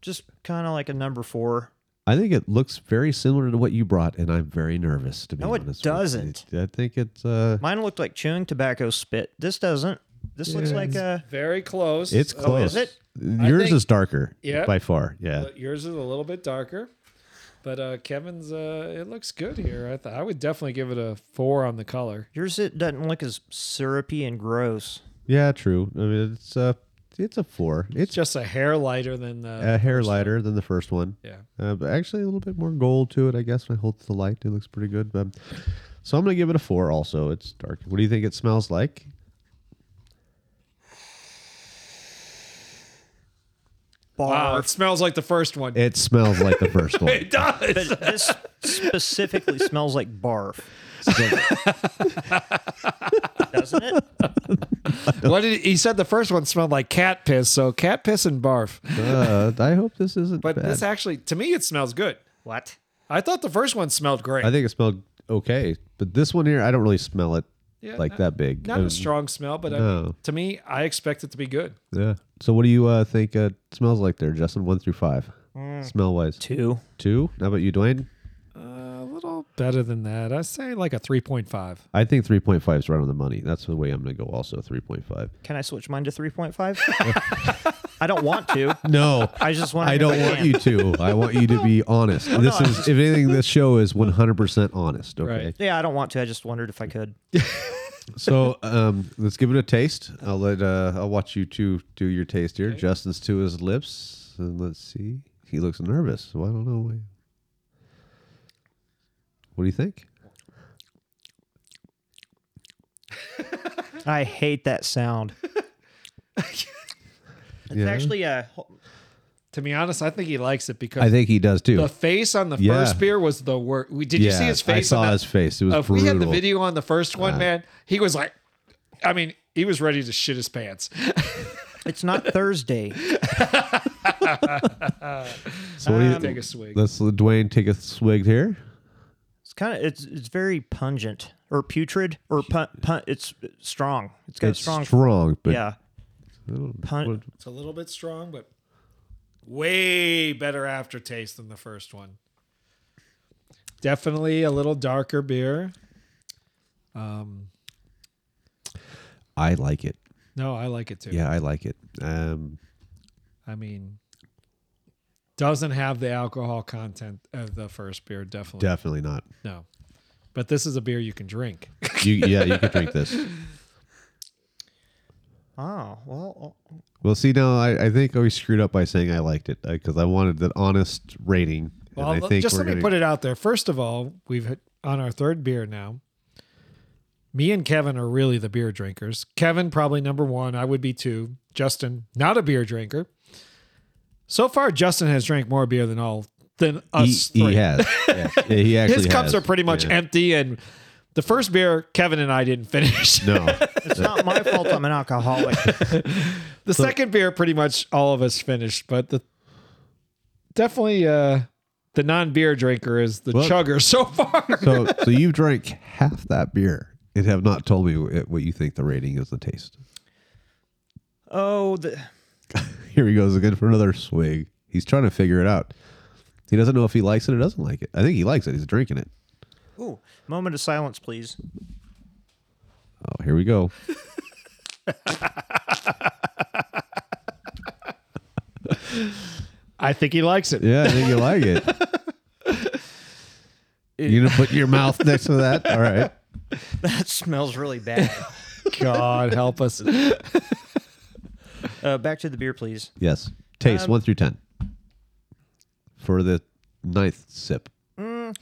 Speaker 6: just kind of like a number 4.
Speaker 4: I think it looks very similar to what you brought, and I'm very nervous to be
Speaker 6: No, it
Speaker 4: honest. with
Speaker 6: doesn't. Oh,
Speaker 4: you. I think it's uh,
Speaker 6: Mine looked like chewing tobacco spit. This doesn't. This looks like uh, a
Speaker 5: Very close.
Speaker 4: it's
Speaker 6: Oh, is
Speaker 4: close.
Speaker 6: it?
Speaker 4: Yours
Speaker 5: think-
Speaker 4: is darker,
Speaker 5: Yeah.
Speaker 4: by far. Yeah,
Speaker 5: But yours is a little bit darker. But uh, Kevin's, uh, it looks good here. I th- I would definitely give it a four on the color.
Speaker 6: yours it doesn't look as syrupy and gross.
Speaker 4: yeah, true. I mean, it's uh, it's a four. It's
Speaker 5: It's just a hair lighter than the.
Speaker 4: a hair lighter than the first one.
Speaker 5: yeah.
Speaker 4: Uh, but actually, a little bit more gold to it, I guess. When I hold the light, it looks pretty good. But so I'm gonna give it a four. Also, it's dark. What do you think it smells like?
Speaker 5: Wow,
Speaker 6: bar.
Speaker 5: it smells like the first one.
Speaker 4: It smells like the first one.
Speaker 5: It does.
Speaker 6: But this specifically smells like barf, doesn't it?
Speaker 5: What did he, he said? The first one smelled like cat piss, so cat piss and barf.
Speaker 4: Uh, I hope this isn't
Speaker 5: But
Speaker 4: bad.
Speaker 5: this actually, to me, it smells good.
Speaker 6: What?
Speaker 5: I thought the first one smelled great.
Speaker 4: I think it smelled okay, but this one here, I don't really smell it
Speaker 5: Yeah,
Speaker 4: like
Speaker 5: not-
Speaker 4: that big.
Speaker 5: Not
Speaker 4: Um,
Speaker 5: a strong smell, but I,
Speaker 4: No.
Speaker 5: to me, I expect it to be good.
Speaker 4: Yeah. So what do you uh, think uh, smells like there, Justin? One through five,
Speaker 5: Mm.
Speaker 4: smell wise.
Speaker 6: Two.
Speaker 4: Two. How about you, Dwayne?
Speaker 5: A little better than that. I say like a three point five.
Speaker 4: I think three point five is right on the money. That's the way I'm going to go. Also three point five.
Speaker 6: Can I switch mine to 3.5? I don't want to.
Speaker 4: No,
Speaker 6: I just want.
Speaker 4: I don't want you to. I want you to
Speaker 5: Oh,
Speaker 4: be honest. This is, if anything, this show is 100 percent honest. Okay.
Speaker 5: Right.
Speaker 6: Yeah, I don't want to. I just wondered if I could.
Speaker 4: So um, let's give it a taste. I'll let uh, I'll watch you two do your taste here. Justin's to his lips, and let's see. He looks nervous. So I don't know. why- What do you think?
Speaker 6: I hate that sound. It's
Speaker 4: Yeah.
Speaker 6: actually uh, a.
Speaker 5: To be honest, I think he likes it because
Speaker 4: I think he does too.
Speaker 5: the face on the
Speaker 4: Yeah.
Speaker 5: first beer was the worst. Did you see his face?
Speaker 4: I saw
Speaker 5: on that?
Speaker 4: his face. It was
Speaker 5: Uh, if we had the
Speaker 4: brutal. Uh,
Speaker 5: video on the first one, man, he was like, I mean, he was ready to shit his pants.
Speaker 6: It's not Thursday.
Speaker 4: So what do you
Speaker 5: Ah, Take
Speaker 4: think?
Speaker 5: a swig.
Speaker 4: Let's let Dwayne take a swig here.
Speaker 6: It's kind of. It's it's very pungent or putrid or pun. pun it's strong. It's got
Speaker 4: It's
Speaker 6: a strong.
Speaker 4: strong, but
Speaker 6: yeah. Pun-
Speaker 5: It's a little bit strong, but way better aftertaste than the first one. Definitely a little darker beer.
Speaker 4: I like it.
Speaker 5: No, I like it too.
Speaker 4: Yeah, I like it. Um,
Speaker 5: I mean, doesn't have the alcohol content of the first beer, definitely.
Speaker 4: definitely not.
Speaker 5: no. But this is a beer you can drink.
Speaker 4: You, yeah, you could drink this.
Speaker 6: oh well.
Speaker 4: Well, see, now I, I think I screwed up by saying I liked it because I wanted that honest rating.
Speaker 5: Well,
Speaker 4: and I
Speaker 5: let-
Speaker 4: think
Speaker 5: just
Speaker 4: we're
Speaker 5: let me
Speaker 4: gonna-
Speaker 5: put it out there. First of all, we've hit on our third beer now. Me and Kevin are really the beer drinkers. Kevin probably number one. I would be two. Justin, not a beer drinker. So far, Justin has drank more beer than all than
Speaker 4: He,
Speaker 5: us.
Speaker 4: he
Speaker 5: three.
Speaker 4: has. Yes, he actually
Speaker 5: His cups
Speaker 4: has.
Speaker 5: are pretty much
Speaker 4: Yeah.
Speaker 5: empty, and the first beer Kevin and I didn't finish.
Speaker 4: No.
Speaker 6: It's not my fault. I'm an alcoholic.
Speaker 5: the second beer, pretty much all of us finished, but the definitely uh, the non-beer drinker is the
Speaker 4: Well-
Speaker 5: chugger so far.
Speaker 4: So, so you drank half that beer and have not told me wh- what you think the rating is. The taste.
Speaker 6: Oh, the,
Speaker 4: Here he goes again for another swig. He's trying to figure it out. He doesn't know if he likes it or doesn't like it. I think he likes it. He's drinking it.
Speaker 6: ooh, moment of silence, please.
Speaker 4: Oh, here we go.
Speaker 5: I think he likes it.
Speaker 4: Yeah, I think you like it. You gonna put your mouth next to that? All right.
Speaker 6: That smells really bad.
Speaker 5: God help us.
Speaker 6: Uh, back to the beer, please.
Speaker 4: Yes. Taste
Speaker 5: Um,
Speaker 4: one through ten. For the ninth sip.
Speaker 6: I,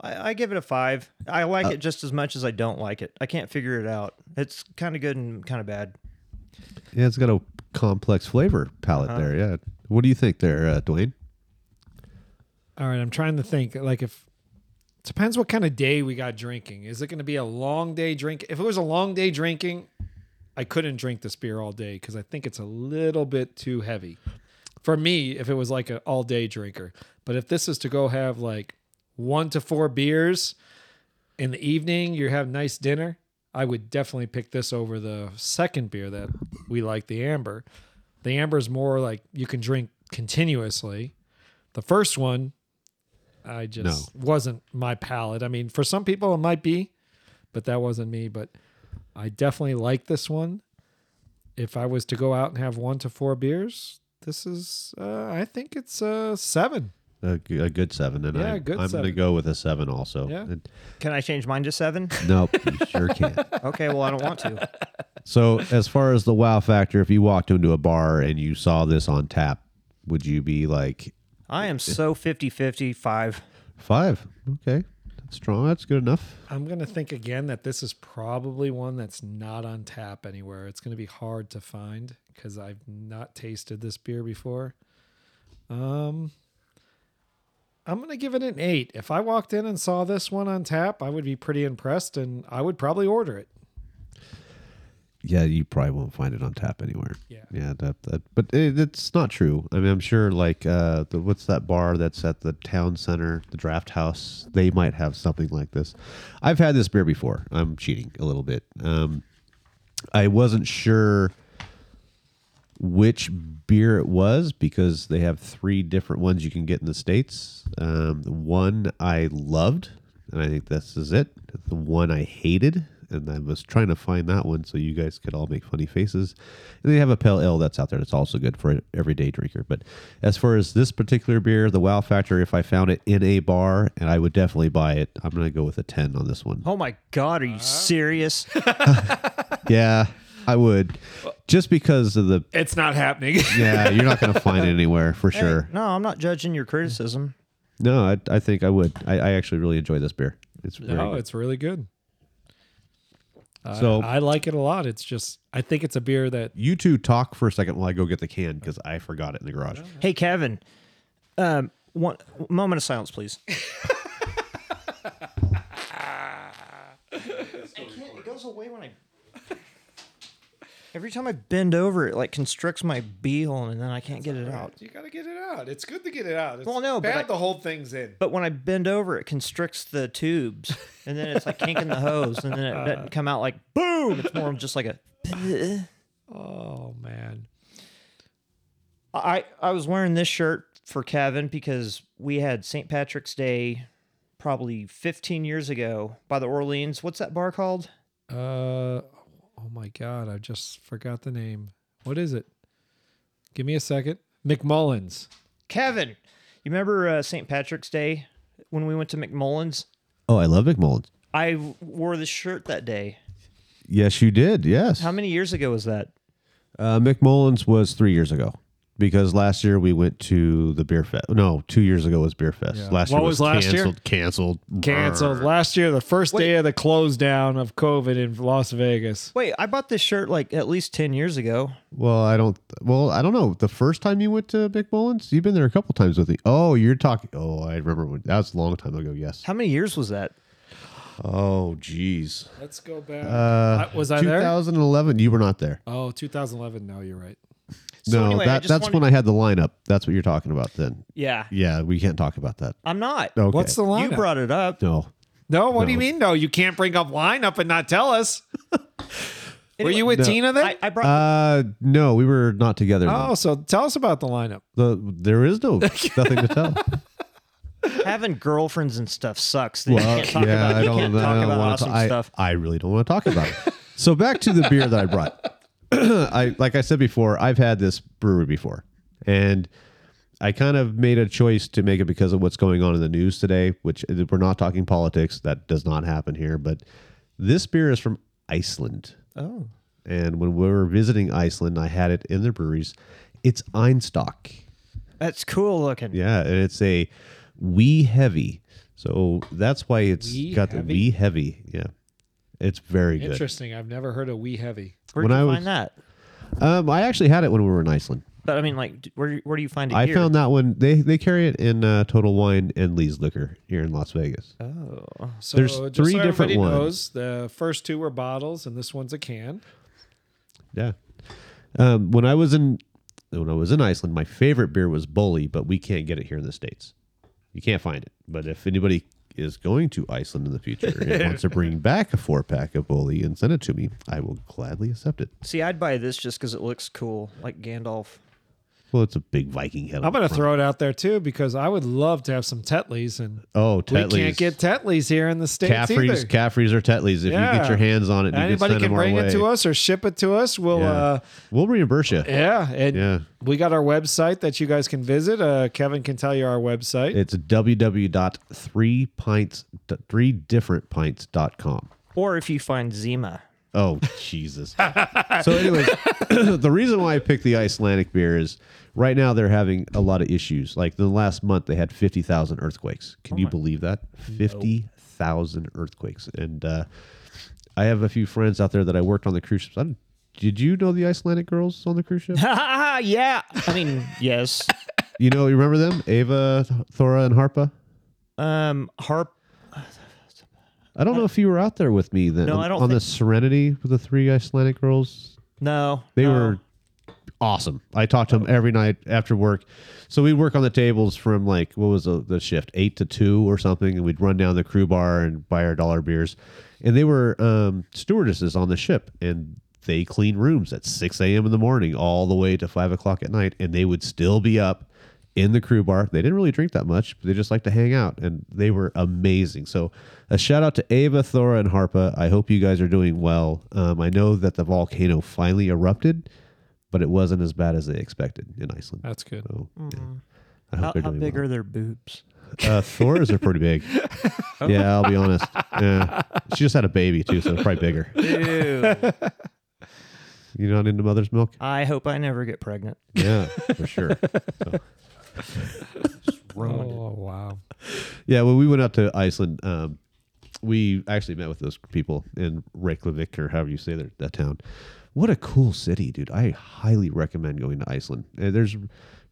Speaker 6: I give it a five. I like it just as much as I don't like it. I can't figure it out. It's kind of good and kind of bad.
Speaker 4: Yeah, it's got a complex flavor palette
Speaker 5: Uh-huh.
Speaker 4: there. Yeah. What do you think there, uh, Dwayne?
Speaker 5: All right, I'm trying to think. Like if depends what kind of day we got drinking. Is it going to be a long day drink? If it was a long day drinking, I couldn't drink this beer all day because I think it's a little bit too heavy for me. If it was like an all day drinker, but if this is to go have like one to four beers in the evening, you have nice dinner. I would definitely pick this over the second beer that we like, the amber. The amber is more like you can drink continuously. The first one, I just wasn't my palate. I mean, for some people it might be, but that wasn't me. But I definitely like this one. If I was to go out and have one to four beers, this is uh, I think it's uh, seven.
Speaker 4: A, g- a good seven, and
Speaker 5: Yeah,
Speaker 4: I'm,
Speaker 5: a good
Speaker 4: I'm gonna
Speaker 5: seven.
Speaker 4: go with a seven also.
Speaker 5: Yeah.
Speaker 4: And-
Speaker 6: Can I change mine to seven?
Speaker 4: nope, you sure can't.
Speaker 6: Okay, well, I don't want to.
Speaker 4: So, as far as the wow factor, if you walked into a bar and you saw this on tap, would you be like
Speaker 6: I am so 50 55.
Speaker 4: five? Okay, that's strong. That's good enough.
Speaker 5: I'm gonna think again that this is probably one that's not on tap anywhere. It's gonna be hard to find because I've not tasted this beer before. Um, I'm gonna give it an eight. If I walked in and saw this one on tap, I would be pretty impressed, and I would probably order it.
Speaker 4: Yeah, you probably won't find it on tap anywhere.
Speaker 5: Yeah.
Speaker 4: yeah, that, that but it, it's not true. I mean, I'm sure like uh, the, what's that bar that's at the town center, the Draft House? They might have something like this. I've had this beer before. I'm cheating a little bit. Um, I wasn't sure which beer it was because they have three different ones you can get in the states. Um, one I loved, and I think this is it. The one I hated, and I was trying to find that one so you guys could all make funny faces. And they have a pale ale that's out there that's also good for an everyday drinker. But as far as this particular beer, the Wow Factor, if I found it in a bar, and I would definitely buy it. I'm gonna go with a ten on this one.
Speaker 6: Oh my God, are you serious?
Speaker 4: Yeah, I would, just because of the
Speaker 5: It's not happening.
Speaker 4: Yeah, you're not going to find it anywhere for sure.
Speaker 6: No, I'm not judging your criticism.
Speaker 4: No, I, I think I would. I, I actually really enjoy this beer. It's very
Speaker 5: no,
Speaker 4: good.
Speaker 5: it's really good. I-
Speaker 4: So-
Speaker 5: I like it a lot. It's just I think it's a beer that
Speaker 4: You two talk for a second while I go get the can because I forgot it in the garage.
Speaker 6: Hey, Kevin, um, one moment of silence, please. it goes away when I. Every time I bend over, it like constricts my beehole, and then I can't get it out.
Speaker 5: you gotta get it out. It's good to get it out. It's
Speaker 6: Well, no, but bad I- the
Speaker 5: whole thing's in.
Speaker 6: But when I bend over, it constricts the tubes, and then it's like kinking the hose, and then it doesn't come out like boom. It's more of just like a.
Speaker 5: Oh man.
Speaker 6: I I was wearing this shirt for Kevin because we had St. Patrick's Day, probably 15 years ago by the Orleans. What's that bar called?
Speaker 5: Uh, oh my God, I just forgot the name. What is it? Give me a second. McMullins.
Speaker 6: Kevin. You remember uh, St. Patrick's Day when we went to McMullen's?
Speaker 4: Oh, I love McMullen's.
Speaker 6: I w- wore this shirt that day.
Speaker 4: Yes, you did. Yes.
Speaker 6: How many years ago was that?
Speaker 4: Uh, McMullen's was three years ago because last year we went to the beer fest. No, two years ago was beer fest. Last
Speaker 5: What
Speaker 4: year
Speaker 5: was last year?
Speaker 4: canceled, Canceled.
Speaker 5: Canceled last year, the first day of the close down of COVID in Las Vegas.
Speaker 6: Wait, I bought this shirt like at least 10 years ago.
Speaker 4: Well, I don't. Well, I don't know. The first time you went to McMullen's, you've been there a couple times with me. Oh, you're talking. Oh, I remember when that was a long time ago. Yes.
Speaker 6: How many years was that?
Speaker 4: Oh, jeez.
Speaker 5: Let's go back.
Speaker 4: Uh,
Speaker 5: was I there?
Speaker 4: 2011. You were not there.
Speaker 5: Oh, 2011. No, you're right.
Speaker 6: So
Speaker 4: no,
Speaker 6: anyway, I
Speaker 4: that,
Speaker 6: just
Speaker 4: that's
Speaker 6: wanted-
Speaker 4: when I had the lineup. That's what you're talking about. Then,
Speaker 6: Yeah.
Speaker 4: yeah, we can't talk about that.
Speaker 6: I'm not.
Speaker 4: Okay.
Speaker 5: What's the
Speaker 6: You
Speaker 5: lineup?
Speaker 6: brought it up.
Speaker 4: no?
Speaker 5: no, what do you
Speaker 4: No.
Speaker 5: mean? No, you can't bring up lineup and not tell us. Were you with Tina then?
Speaker 6: I, I brought
Speaker 4: Uh, no, we were not together. then.
Speaker 5: oh, so tell us about the lineup.
Speaker 4: The- there is no nothing to tell.
Speaker 6: having girlfriends and stuff sucks. You
Speaker 4: Well,
Speaker 6: can't talk
Speaker 4: yeah,
Speaker 6: about,
Speaker 4: I
Speaker 6: you
Speaker 4: don't,
Speaker 6: can't
Speaker 4: I
Speaker 6: talk
Speaker 4: don't
Speaker 6: about
Speaker 4: wanna
Speaker 6: awesome
Speaker 4: ta- I-
Speaker 6: stuff.
Speaker 4: I really don't want to talk about it. so back to the beer that I brought. I like I said before, I've had this brewery before, and I kind of made a choice to make it because of what's going on in the news today. Which uh, we're not talking politics; that does not happen here. But this beer is from Iceland.
Speaker 6: Oh.
Speaker 4: and when we were visiting Iceland, I had it in their breweries. It's Einstock.
Speaker 6: That's cool looking.
Speaker 4: Yeah, and it's a wee heavy. So that's why it's
Speaker 5: Wee
Speaker 4: got the
Speaker 5: heavy?
Speaker 4: wee heavy. Yeah. It's very good.
Speaker 5: Interesting. I've never heard of We Heavy.
Speaker 6: Where
Speaker 4: When
Speaker 6: did you
Speaker 4: I was-
Speaker 6: find that?
Speaker 4: Um, I actually had it when we were in Iceland.
Speaker 6: But I mean, like, d- where where do you find it?
Speaker 4: I
Speaker 6: here?
Speaker 4: found that one. They they carry it in uh, Total Wine and Lee's Liquor here in Las Vegas.
Speaker 6: Oh.
Speaker 5: So
Speaker 4: There's
Speaker 5: just
Speaker 4: three
Speaker 5: so
Speaker 4: different
Speaker 5: everybody
Speaker 4: ones.
Speaker 5: knows, the first two were bottles, and this one's a can.
Speaker 4: Yeah. Um, when I was in when I was in Iceland, my favorite beer was Bully, but we can't get it here in the states. You can't find it. But if anybody is going to Iceland in the future and wants to bring back a four pack of Bully and send it to me, I will gladly accept it.
Speaker 6: See, I'd buy this just because it looks cool, like Gandalf.
Speaker 4: Well, it's a big Viking head. on
Speaker 5: I'm going
Speaker 4: the
Speaker 5: to
Speaker 4: front.
Speaker 5: throw it out there too because I would love to have some Tetleys, and
Speaker 4: Oh, Tetley's.
Speaker 5: we can't get Tetleys here in the states
Speaker 4: Caffrey's,
Speaker 5: either.
Speaker 4: Caffrey's or Tetley's. If you
Speaker 5: Yeah.
Speaker 4: get your hands on it, and you can,
Speaker 5: Anybody
Speaker 4: send
Speaker 5: can
Speaker 4: them our
Speaker 5: bring
Speaker 4: way.
Speaker 5: it to us or ship it to us. We'll,
Speaker 4: Yeah.
Speaker 5: uh, eh.
Speaker 4: we'll reimburse you.
Speaker 5: yeah, and
Speaker 4: Yeah.
Speaker 5: we got our website that you guys can visit. Uh, Kevin can tell you our website.
Speaker 4: It's www.3pints, 3differentpints.com.
Speaker 6: Or if you find Zima,
Speaker 4: Oh Jesus! so, anyways, the reason why I picked the Icelandic beer is right now they're having a lot of issues. Like the last month, they had fifty thousand earthquakes.
Speaker 6: Oh
Speaker 4: Can you believe that? Fifty thousand earthquakes, and uh, I have a few friends out there that I worked on the cruise ships. I don't- did you know the Icelandic girls on the cruise ship?
Speaker 6: yeah. I mean, yes.
Speaker 4: You know, you remember them? Ava, Thora, and Harpa.
Speaker 6: Um, harp.
Speaker 4: I don't know if you were out there with me then.
Speaker 6: No,
Speaker 4: on,
Speaker 6: I don't
Speaker 4: On the
Speaker 6: think-
Speaker 4: Serenity with the three Icelandic girls,
Speaker 6: No,
Speaker 4: they
Speaker 6: no.
Speaker 4: were awesome. I talked to them every night after work. So we'd work on the tables from like what was the, the shift eight to two or something, and we'd run down the crew bar and buy our dollar beers. And they were um, stewardesses on the ship, and they clean rooms at six a.m. in the morning all the way to five o'clock at night, and they would still be up in the crew bar. They didn't really drink that much, but they just liked to hang out, and they were amazing. So, a shout out to Ava, Thora, and Harpa. I hope you guys are doing well. Um, I know that the volcano finally erupted, but it wasn't as bad as they expected in Iceland.
Speaker 5: That's good.
Speaker 4: so, yeah. I hope
Speaker 6: How,
Speaker 4: they're
Speaker 6: how
Speaker 4: doing
Speaker 6: big
Speaker 4: well.
Speaker 6: are their boobs?
Speaker 4: Uh, Thora's are pretty big. Yeah, I'll be honest. Yeah. She just had a baby too, so probably bigger. You're not into mother's milk?
Speaker 6: I hope I never get pregnant.
Speaker 4: Yeah, for sure.
Speaker 5: Oh wow.
Speaker 4: Yeah, when we went out to Iceland, um, we actually met with those people in Reykjavik or however you say their, that town. What a cool city, dude! I highly recommend going to Iceland. Uh, There's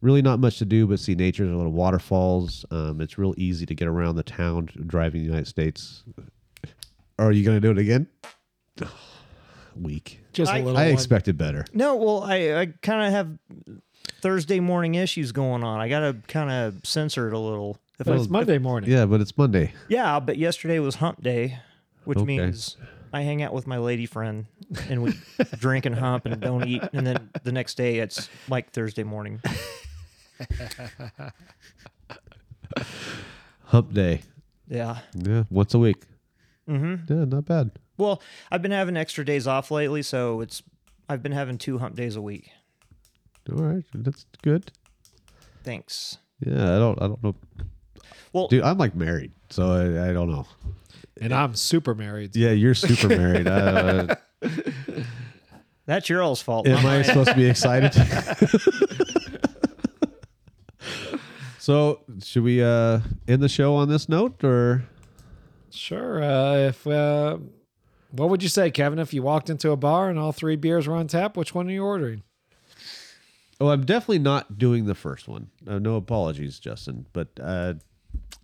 Speaker 4: really not much to do but see nature. There's a lot of waterfalls. Um, it's real easy to get around the town driving the United States. Are you gonna do it again? Weak.
Speaker 5: Just a little.
Speaker 4: I
Speaker 5: one.
Speaker 4: expected better.
Speaker 6: No, well, I, I kind of have Thursday morning issues going on. I got to kind of censor it a little. If
Speaker 5: But
Speaker 6: I,
Speaker 5: it's Monday morning.
Speaker 4: Yeah, but it's Monday.
Speaker 6: yeah, but yesterday was hump day, which
Speaker 4: Okay.
Speaker 6: means I hang out with my lady friend and we drink and hump and don't eat. And then the next day it's like Thursday morning.
Speaker 4: Hump day.
Speaker 6: Yeah.
Speaker 4: Yeah, once a week. Mm-hmm. Yeah, not bad.
Speaker 6: Well, I've been having extra days off lately, so it's I've been having two hump days a week.
Speaker 4: All right, that's good.
Speaker 6: Thanks.
Speaker 4: Yeah, I don't. I don't know.
Speaker 6: Well,
Speaker 4: Dude, I'm like married, so I, I don't know.
Speaker 5: And I'm super married.
Speaker 4: Yeah, you're super married. Uh,
Speaker 6: that's your all's fault. not
Speaker 4: am I
Speaker 6: mine.
Speaker 4: supposed to be excited? so, should we uh, end the show on this note, or
Speaker 5: Sure. Uh, if uh, what would you say, Kevin, if you walked into a bar and all three beers were on tap? Which one are you ordering?
Speaker 4: oh, I'm definitely not doing the first one. Uh, no apologies, Justin, but uh,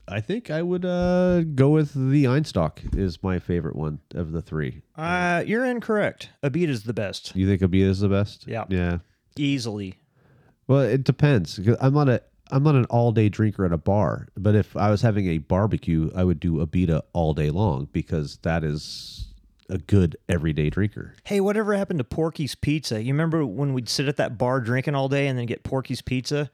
Speaker 4: I think I would uh, go with the Einstock is my favorite one of the three.
Speaker 6: Uh, you're incorrect. Abita is the best,
Speaker 4: You think Abita is the best?
Speaker 6: Yeah.
Speaker 4: Yeah.
Speaker 6: easily.
Speaker 4: Well, it depends. 'cause I'm not a I'm not an all day drinker at a bar, but if I was having a barbecue, I would do Abita all day long because that is a good everyday drinker.
Speaker 6: Hey, whatever happened to Porky's Pizza? You remember when we'd sit at that bar drinking all day and then get Porky's Pizza?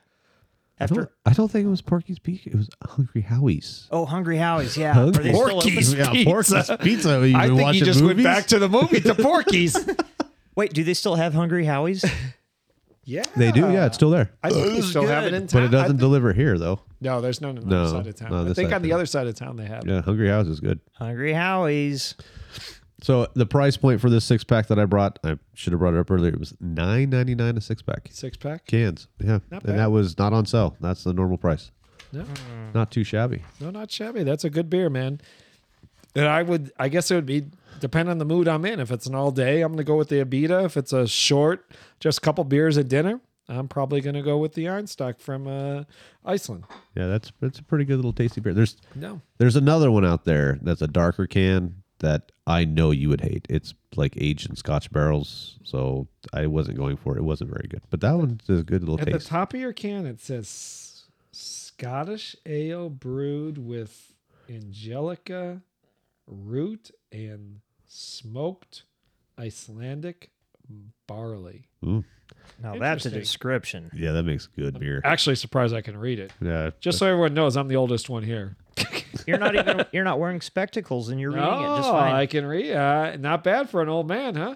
Speaker 4: I don't,
Speaker 6: After
Speaker 4: I don't think it was Porky's Pizza. It was Hungry Howie's.
Speaker 6: oh, Hungry Howie's, yeah. Are
Speaker 4: Hungry
Speaker 6: they still open?
Speaker 4: Yeah, Porky's Pizza. You've been watching movies?
Speaker 5: to the movie to Porky's.
Speaker 6: Wait, do they still have Hungry Howie's?
Speaker 5: yeah,
Speaker 4: They do. Yeah, it's still there,
Speaker 5: I think they still have it in
Speaker 4: but
Speaker 5: town.
Speaker 4: it
Speaker 5: I
Speaker 4: doesn't
Speaker 5: think-
Speaker 4: deliver here though.
Speaker 5: no, there's none on the
Speaker 4: No,
Speaker 5: other side of
Speaker 4: no,
Speaker 5: town. I
Speaker 4: this
Speaker 5: think
Speaker 4: side
Speaker 5: on the
Speaker 4: doesn't.
Speaker 5: other side of town they have. it.
Speaker 4: Yeah, Hungry Howie's is good.
Speaker 6: Hungry Howie's.
Speaker 4: So the price point for this six pack that I brought, I should have brought it up earlier. It was nine ninety nine a six pack.
Speaker 5: Six pack.
Speaker 4: cans. Yeah,
Speaker 5: bad.
Speaker 4: and that was not on sale. That's the normal price.
Speaker 5: No.
Speaker 4: Not too shabby.
Speaker 5: No, not shabby. That's a good beer, man. And I would, I guess it would be depend on the mood I'm in. If it's an all day, I'm gonna go with the Abita. If it's a short, just a couple beers at dinner, I'm probably gonna go with the Einstock from uh, Iceland.
Speaker 4: Yeah, that's that's a pretty good little tasty beer. There's
Speaker 5: No,
Speaker 4: there's another one out there that's a darker can that I know you would hate. It's like aged in Scotch barrels, so I wasn't going for it. It wasn't very good, but that one's a good little
Speaker 5: At the
Speaker 4: taste.
Speaker 5: top of your can, it says Scottish ale brewed with angelica root and smoked Icelandic barley.
Speaker 6: Now that's a
Speaker 5: Interesting.
Speaker 6: description.
Speaker 4: yeah, that makes good beer.
Speaker 5: Actually, surprised I can read it.
Speaker 4: Yeah,
Speaker 5: Just so everyone knows, I'm the oldest one here.
Speaker 6: You're not even you're not wearing spectacles and you're reading it just
Speaker 5: Oh,
Speaker 6: fine.
Speaker 5: I can read. Uh, not bad for an old man, huh?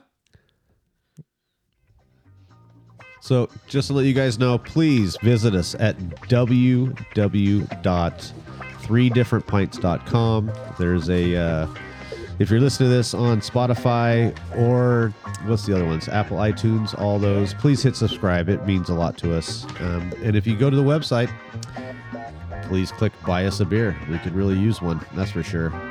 Speaker 4: So, just to let you guys know, please visit us at www.threedifferentpints.com. There's a, uh, if you're listening to this on Spotify or what's the other ones? Apple, iTunes, all those, please hit subscribe. It means a lot to us. Um, and if you go to the website, please click buy us a beer. We could really use one, that's for sure.